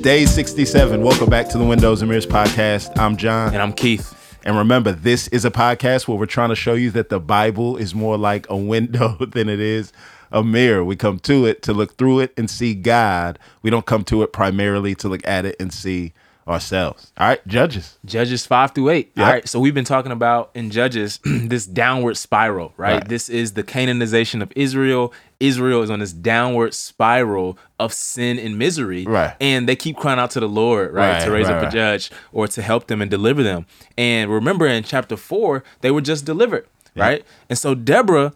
Day 67. Welcome back to the Windows and Mirrors podcast. I'm John. And I'm Keith. And remember, this is a podcast where we're trying to show you that the Bible is more like a window than it is a mirror. We come to it to look through it and see God. We don't come to it primarily to look at it and see ourselves. All right, judges. Judges 5 through 8. Yep. All right. So we've been talking about in Judges this downward spiral, right? Right. This is the canonization of Israel. Israel is on this downward spiral of sin and misery. Right. And they keep crying out to the Lord, right? Right, to raise right, up a right. judge or to help them and deliver them. And remember in chapter 4, they were just delivered, right? And so Deborah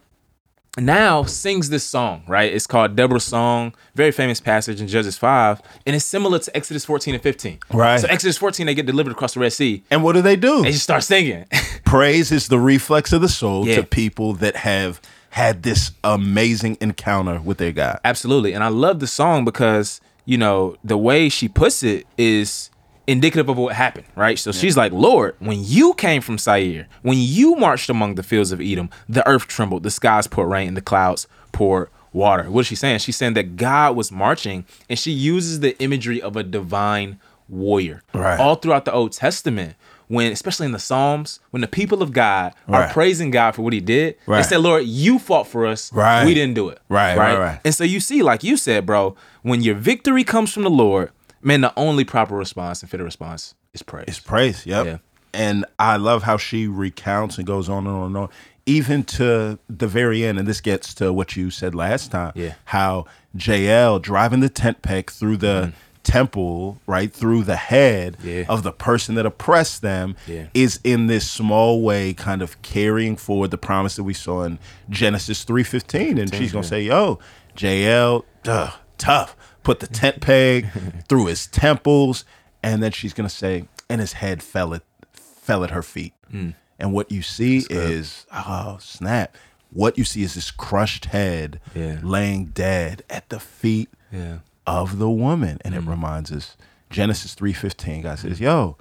now sings this song, right? It's called Deborah's Song, very famous passage in Judges 5, and it's similar to Exodus 14 and 15. Right. So Exodus 14, they get delivered across the Red Sea. And what do they do? They just start singing. Praise is the reflex of the soul Yeah. to people that have had this amazing encounter with their God. Absolutely. And I love the song because, you know, the way she puts it is indicative of what happened, right? So she's like, Lord, when you came from Sair, when you marched among the fields of Edom, the earth trembled, the skies poured rain, and the clouds poured water. What is she saying? She's saying that God was marching, and she uses the imagery of a divine warrior. Right. All throughout the Old Testament, when especially in the Psalms, when the people of God Right. are praising God for what he did, Right. they said, Lord, you fought for us. Right. We didn't do it. Right, right, right. And so you see, like you said, bro, when your victory comes from the Lord, man, the only proper response and fitting response is praise. It's praise. Yep. Yeah. And I love how she recounts and goes on and on and on, even to the very end. And this gets to what you said last time. Yeah. How JL driving the tent peg through the temple, right through the head Mm-hmm. Yeah. of the person that oppressed them, Yeah. is in this small way kind of carrying forward the promise that we saw in Genesis three fifteen. And she's gonna say, "Yo, JL, duh, tough." Put the tent peg through his temples, and then she's gonna say, "And his head fell at fell at her feet." Mm. And what you see is, oh snap! What you see is this crushed head Yeah. laying dead at the feet Yeah. of the woman and it reminds us genesis 3.15 god says yo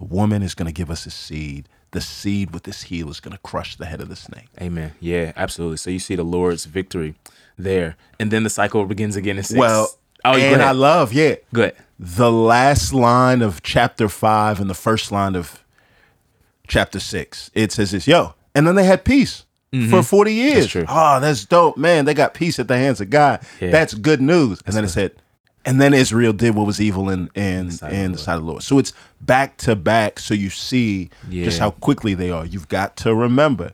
the woman is going to give us a seed the seed with this heel is going to crush the head of the snake Amen. Yeah, absolutely. So you see the Lord's victory there. And then the cycle begins again in six. well oh, and you i I love love yeah Good. the last line of chapter 5 and the first line of chapter 6 it says this yo and then they had peace for 40 years true. oh Mm-hmm. that's dope man they got peace at the hands of god Yeah. that's good news and then it said and then israel did what was evil in in in the sight of the lord so it's back to back so you see just Yeah. how quickly they are you've got to remember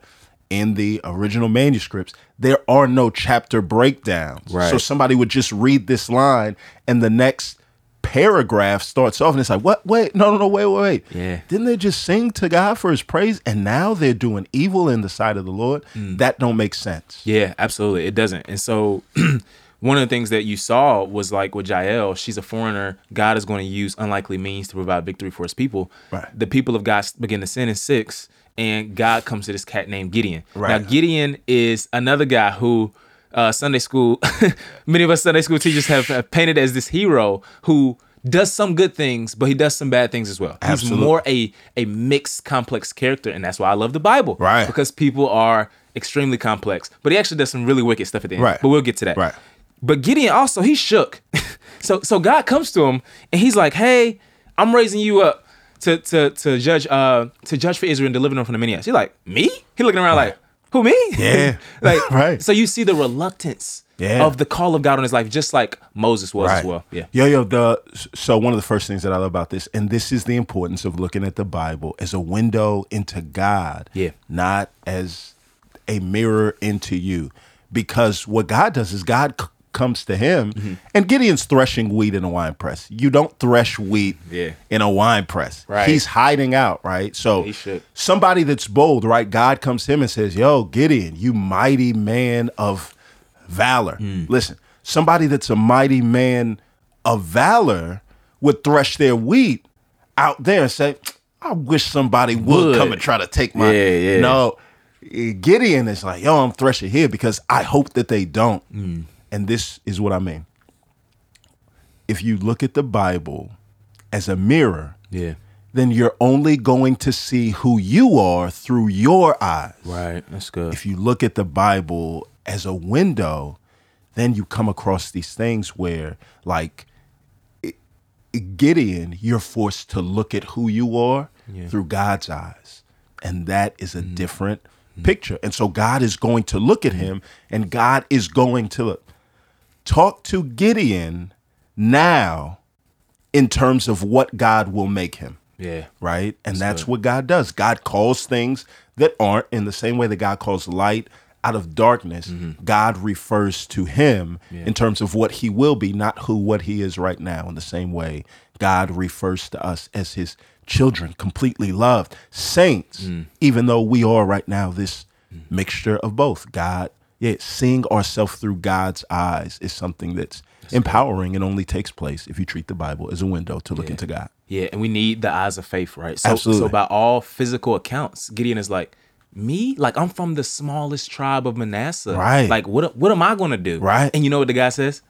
in the original manuscripts there are no chapter breakdowns Right. so somebody would just read this line and the next paragraph starts off and it's like, what? Wait, no, no, no, wait, wait, wait. Yeah. Didn't they just sing to God for his praise and now they're doing evil in the sight of the Lord? Mm. That don't make sense. Yeah, absolutely. It doesn't. And so one of the things that you saw was like with Jael, she's a foreigner. God is going to use unlikely means to provide victory for his people. Right. The people of God begin to sin in six, and God comes to this cat named Gideon. Right. Now, Gideon is another guy who uh, Sunday school, many of us Sunday school teachers have, have painted as this hero who does some good things, but he does some bad things as well. Absolute. He's more a a mixed, complex character, and that's why I love the Bible. Right. Because people are extremely complex. But he actually does some really wicked stuff at the end. Right. But we'll get to that. Right. But Gideon also he shook. so so God comes to him and he's like, Hey, I'm raising you up to to to judge uh to judge for Israel and deliver them from the Midianites. He's like, Me? He looking around like, Who me? Yeah. like Right. So you see the reluctance Yeah. of the call of God on his life, just like Moses was as well. Yeah. Yo, yo, the so one of the first things that I love about this, and this is the importance of looking at the Bible as a window into God. Yeah. Not as a mirror into you. Because what God does is God c- comes to him Mm-hmm. and Gideon's threshing wheat in a wine press. You don't thresh wheat Yeah. in a wine press. Right. He's hiding out, right? So He should. somebody that's bold, right? God comes to him and says, Yo, Gideon, you mighty man of valor. Hmm. Listen, somebody that's a mighty man of valor would thresh their wheat out there and say, I wish somebody would, Would. come and try to take my. Yeah, yeah. No, eh, Gideon is like, Yo, I'm threshing here because I hope that they don't. Hmm. And this is what I mean. If you look at the Bible as a mirror, Yeah. then you're only going to see who you are through your eyes. Right. That's good. If you look at the Bible as a window, then you come across these things where, like, Gideon, you're forced to look at who you are through God's eyes. And that is a different picture. And so God is going to look at him and God is going to talk to Gideon now in terms of what God will make him Yeah. right? And that's what God does. God calls things that aren't in the same way that God calls light out of darkness. God refers to him in terms of what he will be, not who what he is right now. In the same way, God refers to us as his children, completely loved saints, even though we are right now this mixture of both. God, yeah, seeing ourselves through God's eyes is something that's empowering and only takes place if you treat the Bible as a window to look into God. Yeah, and we need the eyes of faith, right? So, Absolutely. So by all physical accounts, Gideon is like, me? Like I'm from the smallest tribe of Manasseh. Right. Like what what am I gonna do? Right. And you know what the guy says?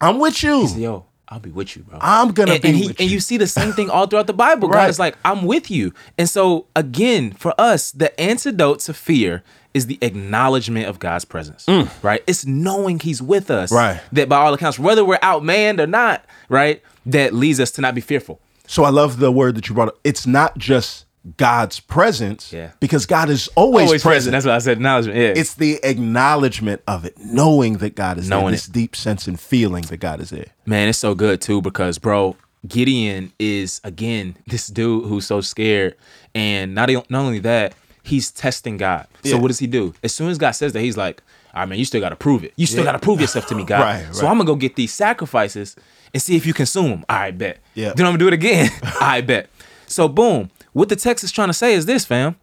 I'm with you. Yo, I'll be with you, bro. I'm gonna and, be and he, with and you. you see the same thing all throughout the Bible. Right. God is like, I'm with you. And so again, for us, the antidote to fear is the acknowledgement of God's presence. Right? It's knowing he's with us. Mm. Right. That by all accounts, whether we're outmanned or not, right, that leads us to not be fearful. So I love the word that you brought up. It's not just God's presence, Yeah. because God is always, always present. present. That's what I said. Acknowledgement. Yeah. It's the acknowledgement of it, knowing that God is there, Knowing this deep sense and feeling that God is there. man, it's so good too because bro, Gideon is again this dude who's so scared, and not e- not only that, he's testing God. So Yeah. what does he do? As soon as God says that, he's like, "All right, man, you still got to prove it. You still got to prove yourself to me, God. Right, so right. I'm gonna go get these sacrifices and see if you consume them. All right, bet. Yeah. Then I'm gonna do it again. I bet. So boom. What the text is trying to say is this, fam.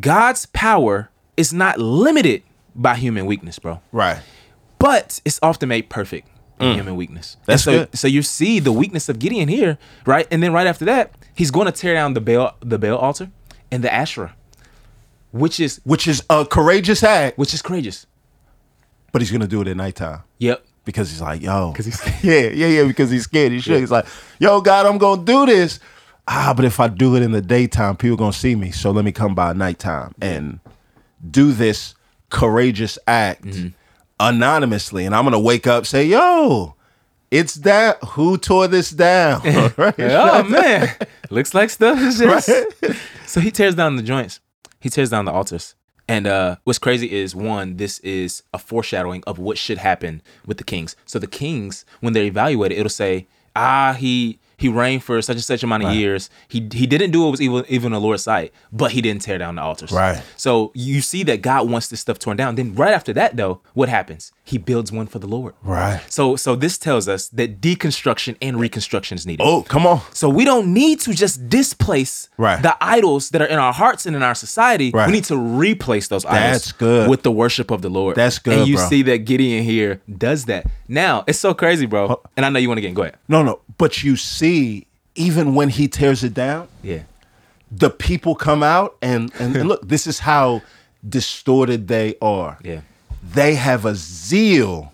God's power is not limited by human weakness, bro Right. but it's often made perfect in human weakness. And Mm. That's so, good. so you see the weakness of Gideon here, right? And then right after that, he's going to tear down the Baal, the Baal altar and the Asherah, which is Which is a courageous act, which is courageous. but he's gonna do it at nighttime. Yep. Because he's like, yo. Because he's- yeah, yeah, yeah. Because he's scared. He's shook. He's like, yo, God, I'm gonna do this. Ah, but if I do it in the daytime, people gonna see me. So let me come by nighttime and do this courageous act anonymously. And I'm gonna wake up, say, yo, it's that who tore this down. right? Oh man, looks like stuff is just. So he tears down the joints. He tears down the altars. And uh, what's crazy is one, this is a foreshadowing of what should happen with the kings. So the kings, when they're evaluated, it'll say, ah, he he reigned for such and such amount of years. He he didn't do what was evil even in the Lord's sight, but he didn't tear down the altars. Right. So you see that God wants this stuff torn down. Then right after that, though, what happens? He builds one for the Lord. Right. So so this tells us that deconstruction and reconstruction is needed. Oh, come on. So we don't need to just displace Right. the idols that are in our hearts and in our society. Right. We need to replace those That's idols good. with the worship of the Lord. That's good, And you bro. see that Gideon here does that. Now it's so crazy, bro. And I know you want to get go ahead. No, no. But you see, even when he tears it down, Yeah. the people come out and and, and look this is how distorted they are Yeah. they have a zeal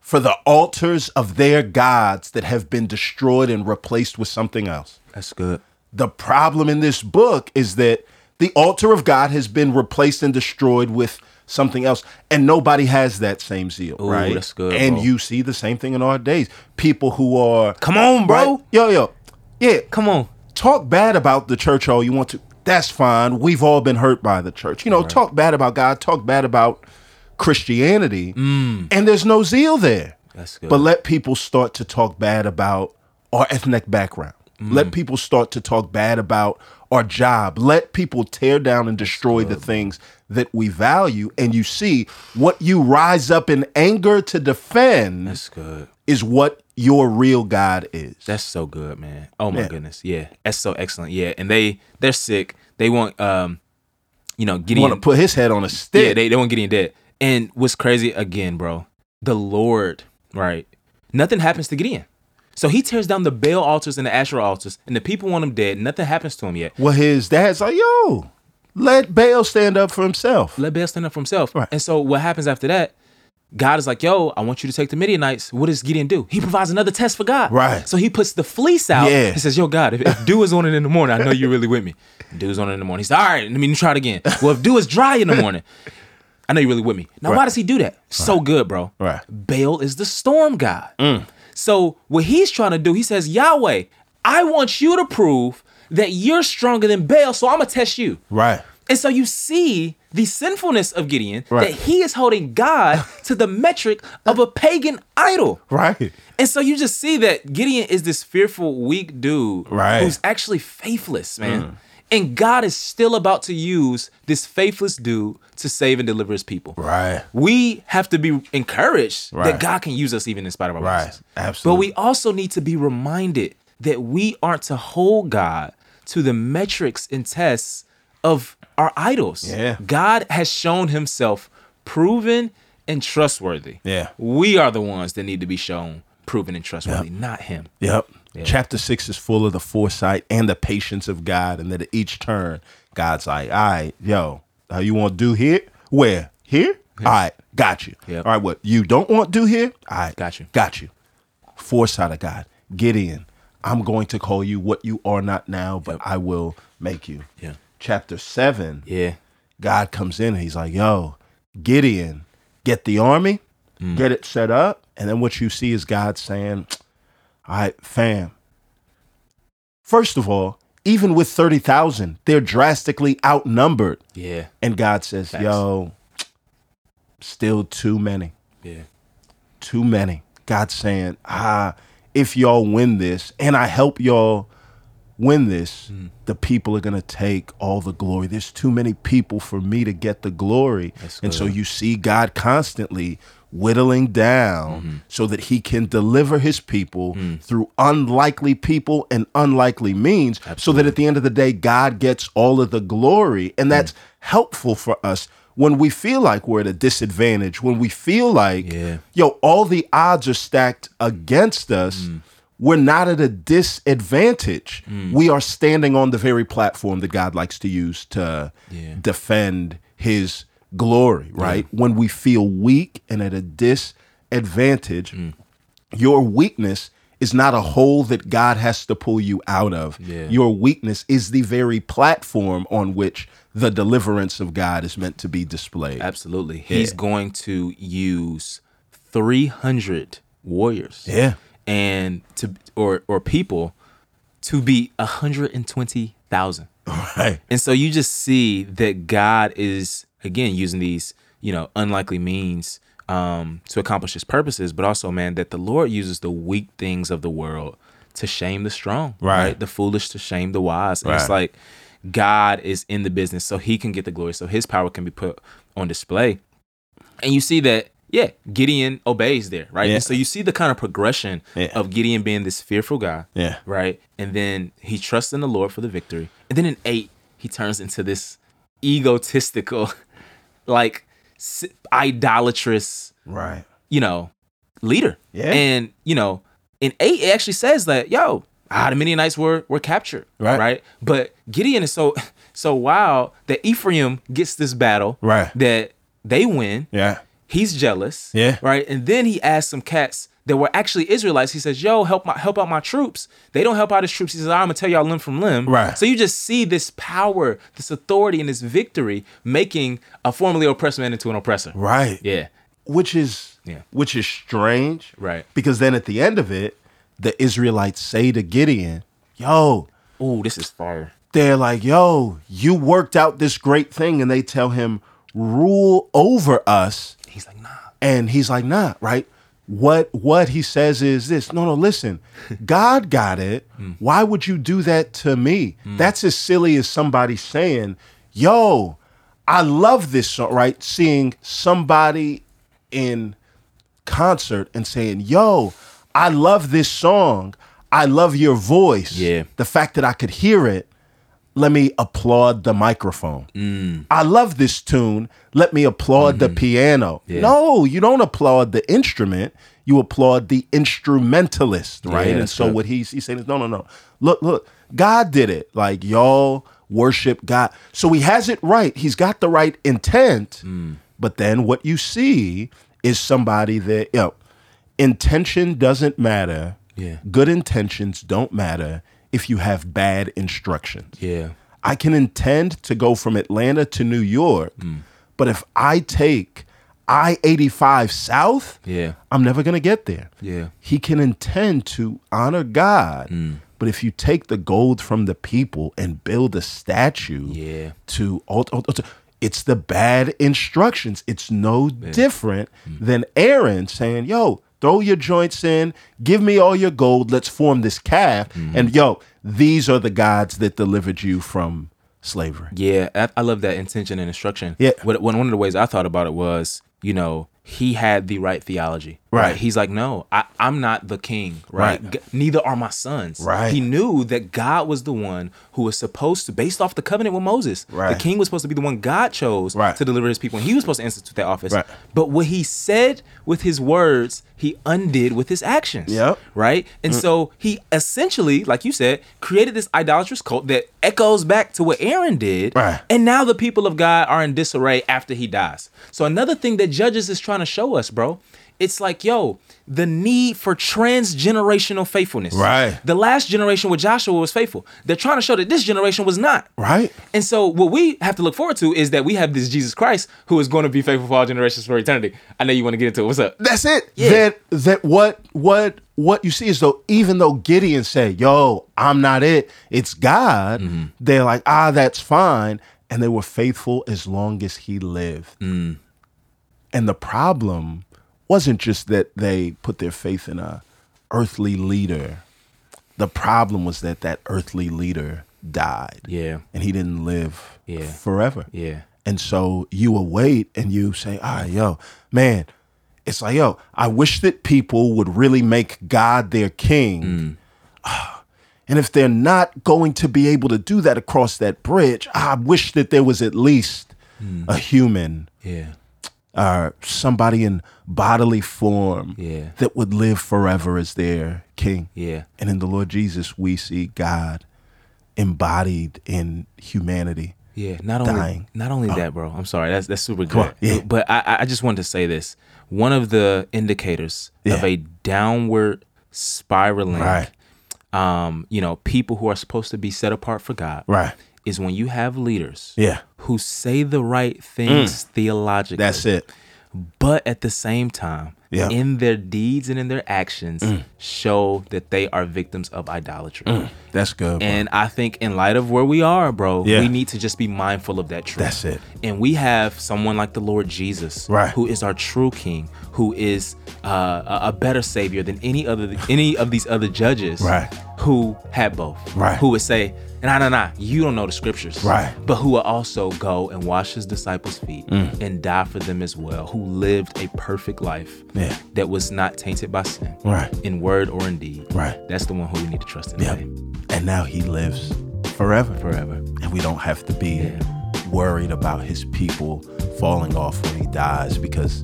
for the altars of their gods that have been destroyed and replaced with something else That's good. the problem in this book is that the altar of god has been replaced and destroyed with something else and nobody has that same zeal right that's good, and bro. you see the same thing in our days people who are Come on, bro. right? yo yo yeah Come on. talk bad about the church all you want to. That's fine. We've all been hurt by the church. You know, talk bad about God, talk bad about Christianity, and there's no zeal there. Mm. That's good. But let people start to talk bad about our ethnic background. Mm. Let people start to talk bad about our job. Let people tear down and destroy the things that we value. And you see what you rise up in anger to defend That's good. is what your real God is. That's so good, man. Oh my goodness. Yeah. That's so excellent. Yeah. And they they're sick. They want um you know Gideon Want to put his head on a stick. Yeah, they, they won't get any debt. And what's crazy again, bro, the Lord, right? Nothing happens to Gideon. So he tears down the Baal altars and the Asherah altars, and the people want him dead. Nothing happens to him yet. Well, his dad's like, yo, let Baal stand up for himself. Let Baal stand up for himself. Right. And so what happens after that? God is like, yo, I want you to take the Midianites. What does Gideon do? He provides another test for God. Right. So he puts the fleece out. Yeah. He says, yo, God, if, if dew is on it in the morning, I know you're really with me. Dew is on it in the morning. He's like, all right, let me try it again. Well, if dew is dry in the morning, I know you're really with me. Now, why does he do that? So good, bro. Right. Mm. Baal is the storm god. So what he's trying to do, he says, Yahweh, I want you to prove that you're stronger than Baal, so I'm gonna test you. Right. And so you see the sinfulness of Gideon Right. that he is holding God to the metric of a pagan idol. Right. And so you just see that Gideon is this fearful, weak dude Right. Mm. who's actually faithless, man. And God is still about to use this faithless dude to save and deliver his people. Right. We have to be encouraged Right. that God can use us even in spite of our Right. weaknesses. But Absolutely. we also need to be reminded that we aren't to hold God to the metrics and tests of our idols. Yeah. God has shown himself proven and trustworthy. Yeah. We are the ones that need to be shown proven and trustworthy, not him. Yep. Chapter six is full of the foresight and the patience of God, and that at each turn, God's like, "All right, yo, how you want to do here? Where here? All right, got you. Yep. All right, what you don't want to do here? All right, Got you. got you. Foresight of God, Gideon. I'm going to call you what you are not now, but I will make you. Yeah. Chapter seven. Yeah. God comes in and he's like, yo, Gideon, get the army, get it set up. And then what you see is God saying, all right, fam. First of all, even with 30,000, they're drastically outnumbered. Yeah. And God says, Facts. yo, still too many Yeah. too many. God saying, ah, if y'all win this and I help y'all win this, the people are going to take all the glory. There's too many people for me to get the glory. and so you see God constantly whittling down so that he can deliver his people through unlikely people and unlikely means so that at the end of the day God gets all of the glory and that's helpful for us when we feel like we're at a disadvantage when we feel like Yeah. yo, all the odds are stacked against us. Mm. We're not at a disadvantage. We are standing on the very platform that God likes to use to Yeah. defend his glory, right? When we feel weak and at a disadvantage, Mm. your weakness is not a hole that God has to pull you out of. Yeah. Your weakness is the very platform on which the deliverance of God is meant to be displayed. Absolutely. He's going to use 300 warriors. Yeah. And to or or people to be 120,000. Right. And so you just see that God is again using these, you know, unlikely means um to accomplish his purposes, but also man that the Lord uses the weak things of the world to shame the strong, Right. The foolish to shame the wise. And it's Right. like God is in the business so he can get the glory, so his power can be put on display and you see that yeah gideon obeys there right Yeah. and so you see the kind of progression Yeah. of gideon being this fearful guy Yeah. right and then he trusts in the lord for the victory and then in eight he turns into this egotistical like s- idolatrous Right. you know leader Yeah. and you know in eight it actually says that yo ah, the midianites were were captured Right. right but gideon is so so wild that ephraim gets this battle Right. that they win Yeah. He's jealous. Yeah. Right. And then he asked some cats that were actually Israelites. He says, "Yo, help my help out my troops." They don't help out his troops. He says, "I'm gonna tell y'all limb from limb." Right. So you just see this power, this authority, and this victory making a formerly oppressed man into an oppressor. Right. Yeah. Which is Yeah. which is strange. Right. Because then at the end of it, the Israelites say to Gideon, Yo, Ooh, this is fire. they're like, Yo, you worked out this great thing. And they tell him, Rule over us. He's like, "Nah." And he's like, nah, right? What what he says is this. No, no, listen. God got it. Why would you do that to me? That's as silly as somebody saying, "Yo, I love this song," right? Seeing somebody in concert and saying, "Yo, I love this song. I love your voice. Yeah. The fact that I could hear it. Let me applaud the microphone. Mm. I love this tune. Let me applaud Mm-hmm. the piano. No, you don't applaud the instrument. You applaud the instrumentalist, right? Yeah, and that's so good. what he's he's saying is, no, no, no. Look, look, God did it. Like y'all worship God. So he has it right. He's got the right intent. Mm. But then what you see is somebody that, you know, intention doesn't matter. Yeah. Good intentions don't matter if you have bad instructions. Yeah. I can intend to go from Atlanta to New York, but if I take I 85 South, Yeah. I'm never going to get there. Yeah. He can intend to honor God. But if you take the gold from the people and build a statue Yeah. to, alt- alt- alt- it's the bad instructions. It's no different than Aaron saying, yo, throw your joints in, give me all your gold, let's form this calf. And yo, these are the gods that delivered you from slavery. Yeah, I, I love that intention and instruction. Yeah. What, one one of the ways I thought about it was, you know, he had the right theology. Right. He's like, no, I, I'm not the king. Right. Right. G- neither are my sons. Right. He knew that God was the one who was supposed to, based off the covenant with Moses, Right. the king was supposed to be the one God chose Right. to deliver his people, and he was supposed to institute that office. Right. But what he said with his words, he undid with his actions. Yep. Right. And so he essentially, like you said, created this idolatrous cult that echoes back to what Aaron did. Right. And now the people of God are in disarray after he dies. So another thing that Judges is trying to show us, bro, it's like, yo, the need for transgenerational faithfulness. Right. The last generation with Joshua was faithful. They're trying to show that this generation was not. Right? And so what we have to look forward to is that we have this Jesus Christ who is going to be faithful for all generations for eternity. I know you want to get into it. What's up? That's it. Yeah. That that what what what you see is though even though Gideon said, "Yo, I'm not it. It's God." Mm-hmm. They're like, "Ah, that's fine." And they were faithful as long as he lived. Mm. And the problem wasn't just that they put their faith in a earthly leader. The problem was that that earthly leader died. Yeah. And he didn't live Yeah. forever. Yeah. And so you will wait and you say, ah, yo, man, it's like, yo, I wish that people would really make God their king. Mm. Ah, And if they're not going to be able to do that across that bridge, I wish that there was at least Mm. a human Yeah. or somebody in bodily form Yeah. that would live forever as their king. Yeah. And in the Lord Jesus, we see God embodied in humanity. Yeah, not only dying. Oh. not only that, bro. I'm sorry, that's that's super good. on, yeah. But I I- I just wanted to say this. One of the indicators of Yeah. a downward spiraling, Right. um, you know, people who are supposed to be set apart for God, Right. is when you have leaders, Yeah. Mm. who say the right things theologically, That's it. but at the same time, Yeah. Mm. in their deeds and in their actions, show that they are victims of idolatry. That's good. bro. And I think in light of where we are, bro, Yeah. we need to just be mindful of that truth. That's it. And we have someone like the Lord Jesus, Right. who is our true King, who is uh, a- a better Savior than any other any of these other judges, Right. Who had both, Right. Who would say, "Nah, nah, nah, you don't know the Scriptures, Right. But who will also go and wash his disciples' feet Mm. and die for them as well, who lived a perfect life Yeah. that was not tainted by sin, Right. In word or in deed, Right. That's the one who we need to trust in. Yeah. today And now he lives forever. forever. And we don't have to be worried about his people falling off when he dies because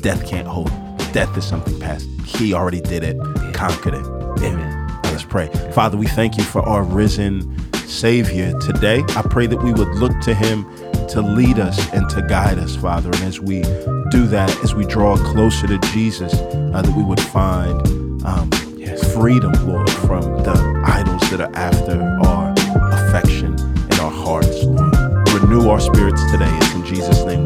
death can't hold him. Death is something past. He already did it, conquered it. Amen. Let's pray. Father, we thank you for our risen Savior today. I pray that we would look to him to lead us and to guide us, Father. And as we do that, as we draw closer to Jesus, uh, that we would find um, freedom, Lord, from the idols that are after our affection and our hearts, Lord. Renew our spirits today. It's in Jesus' name we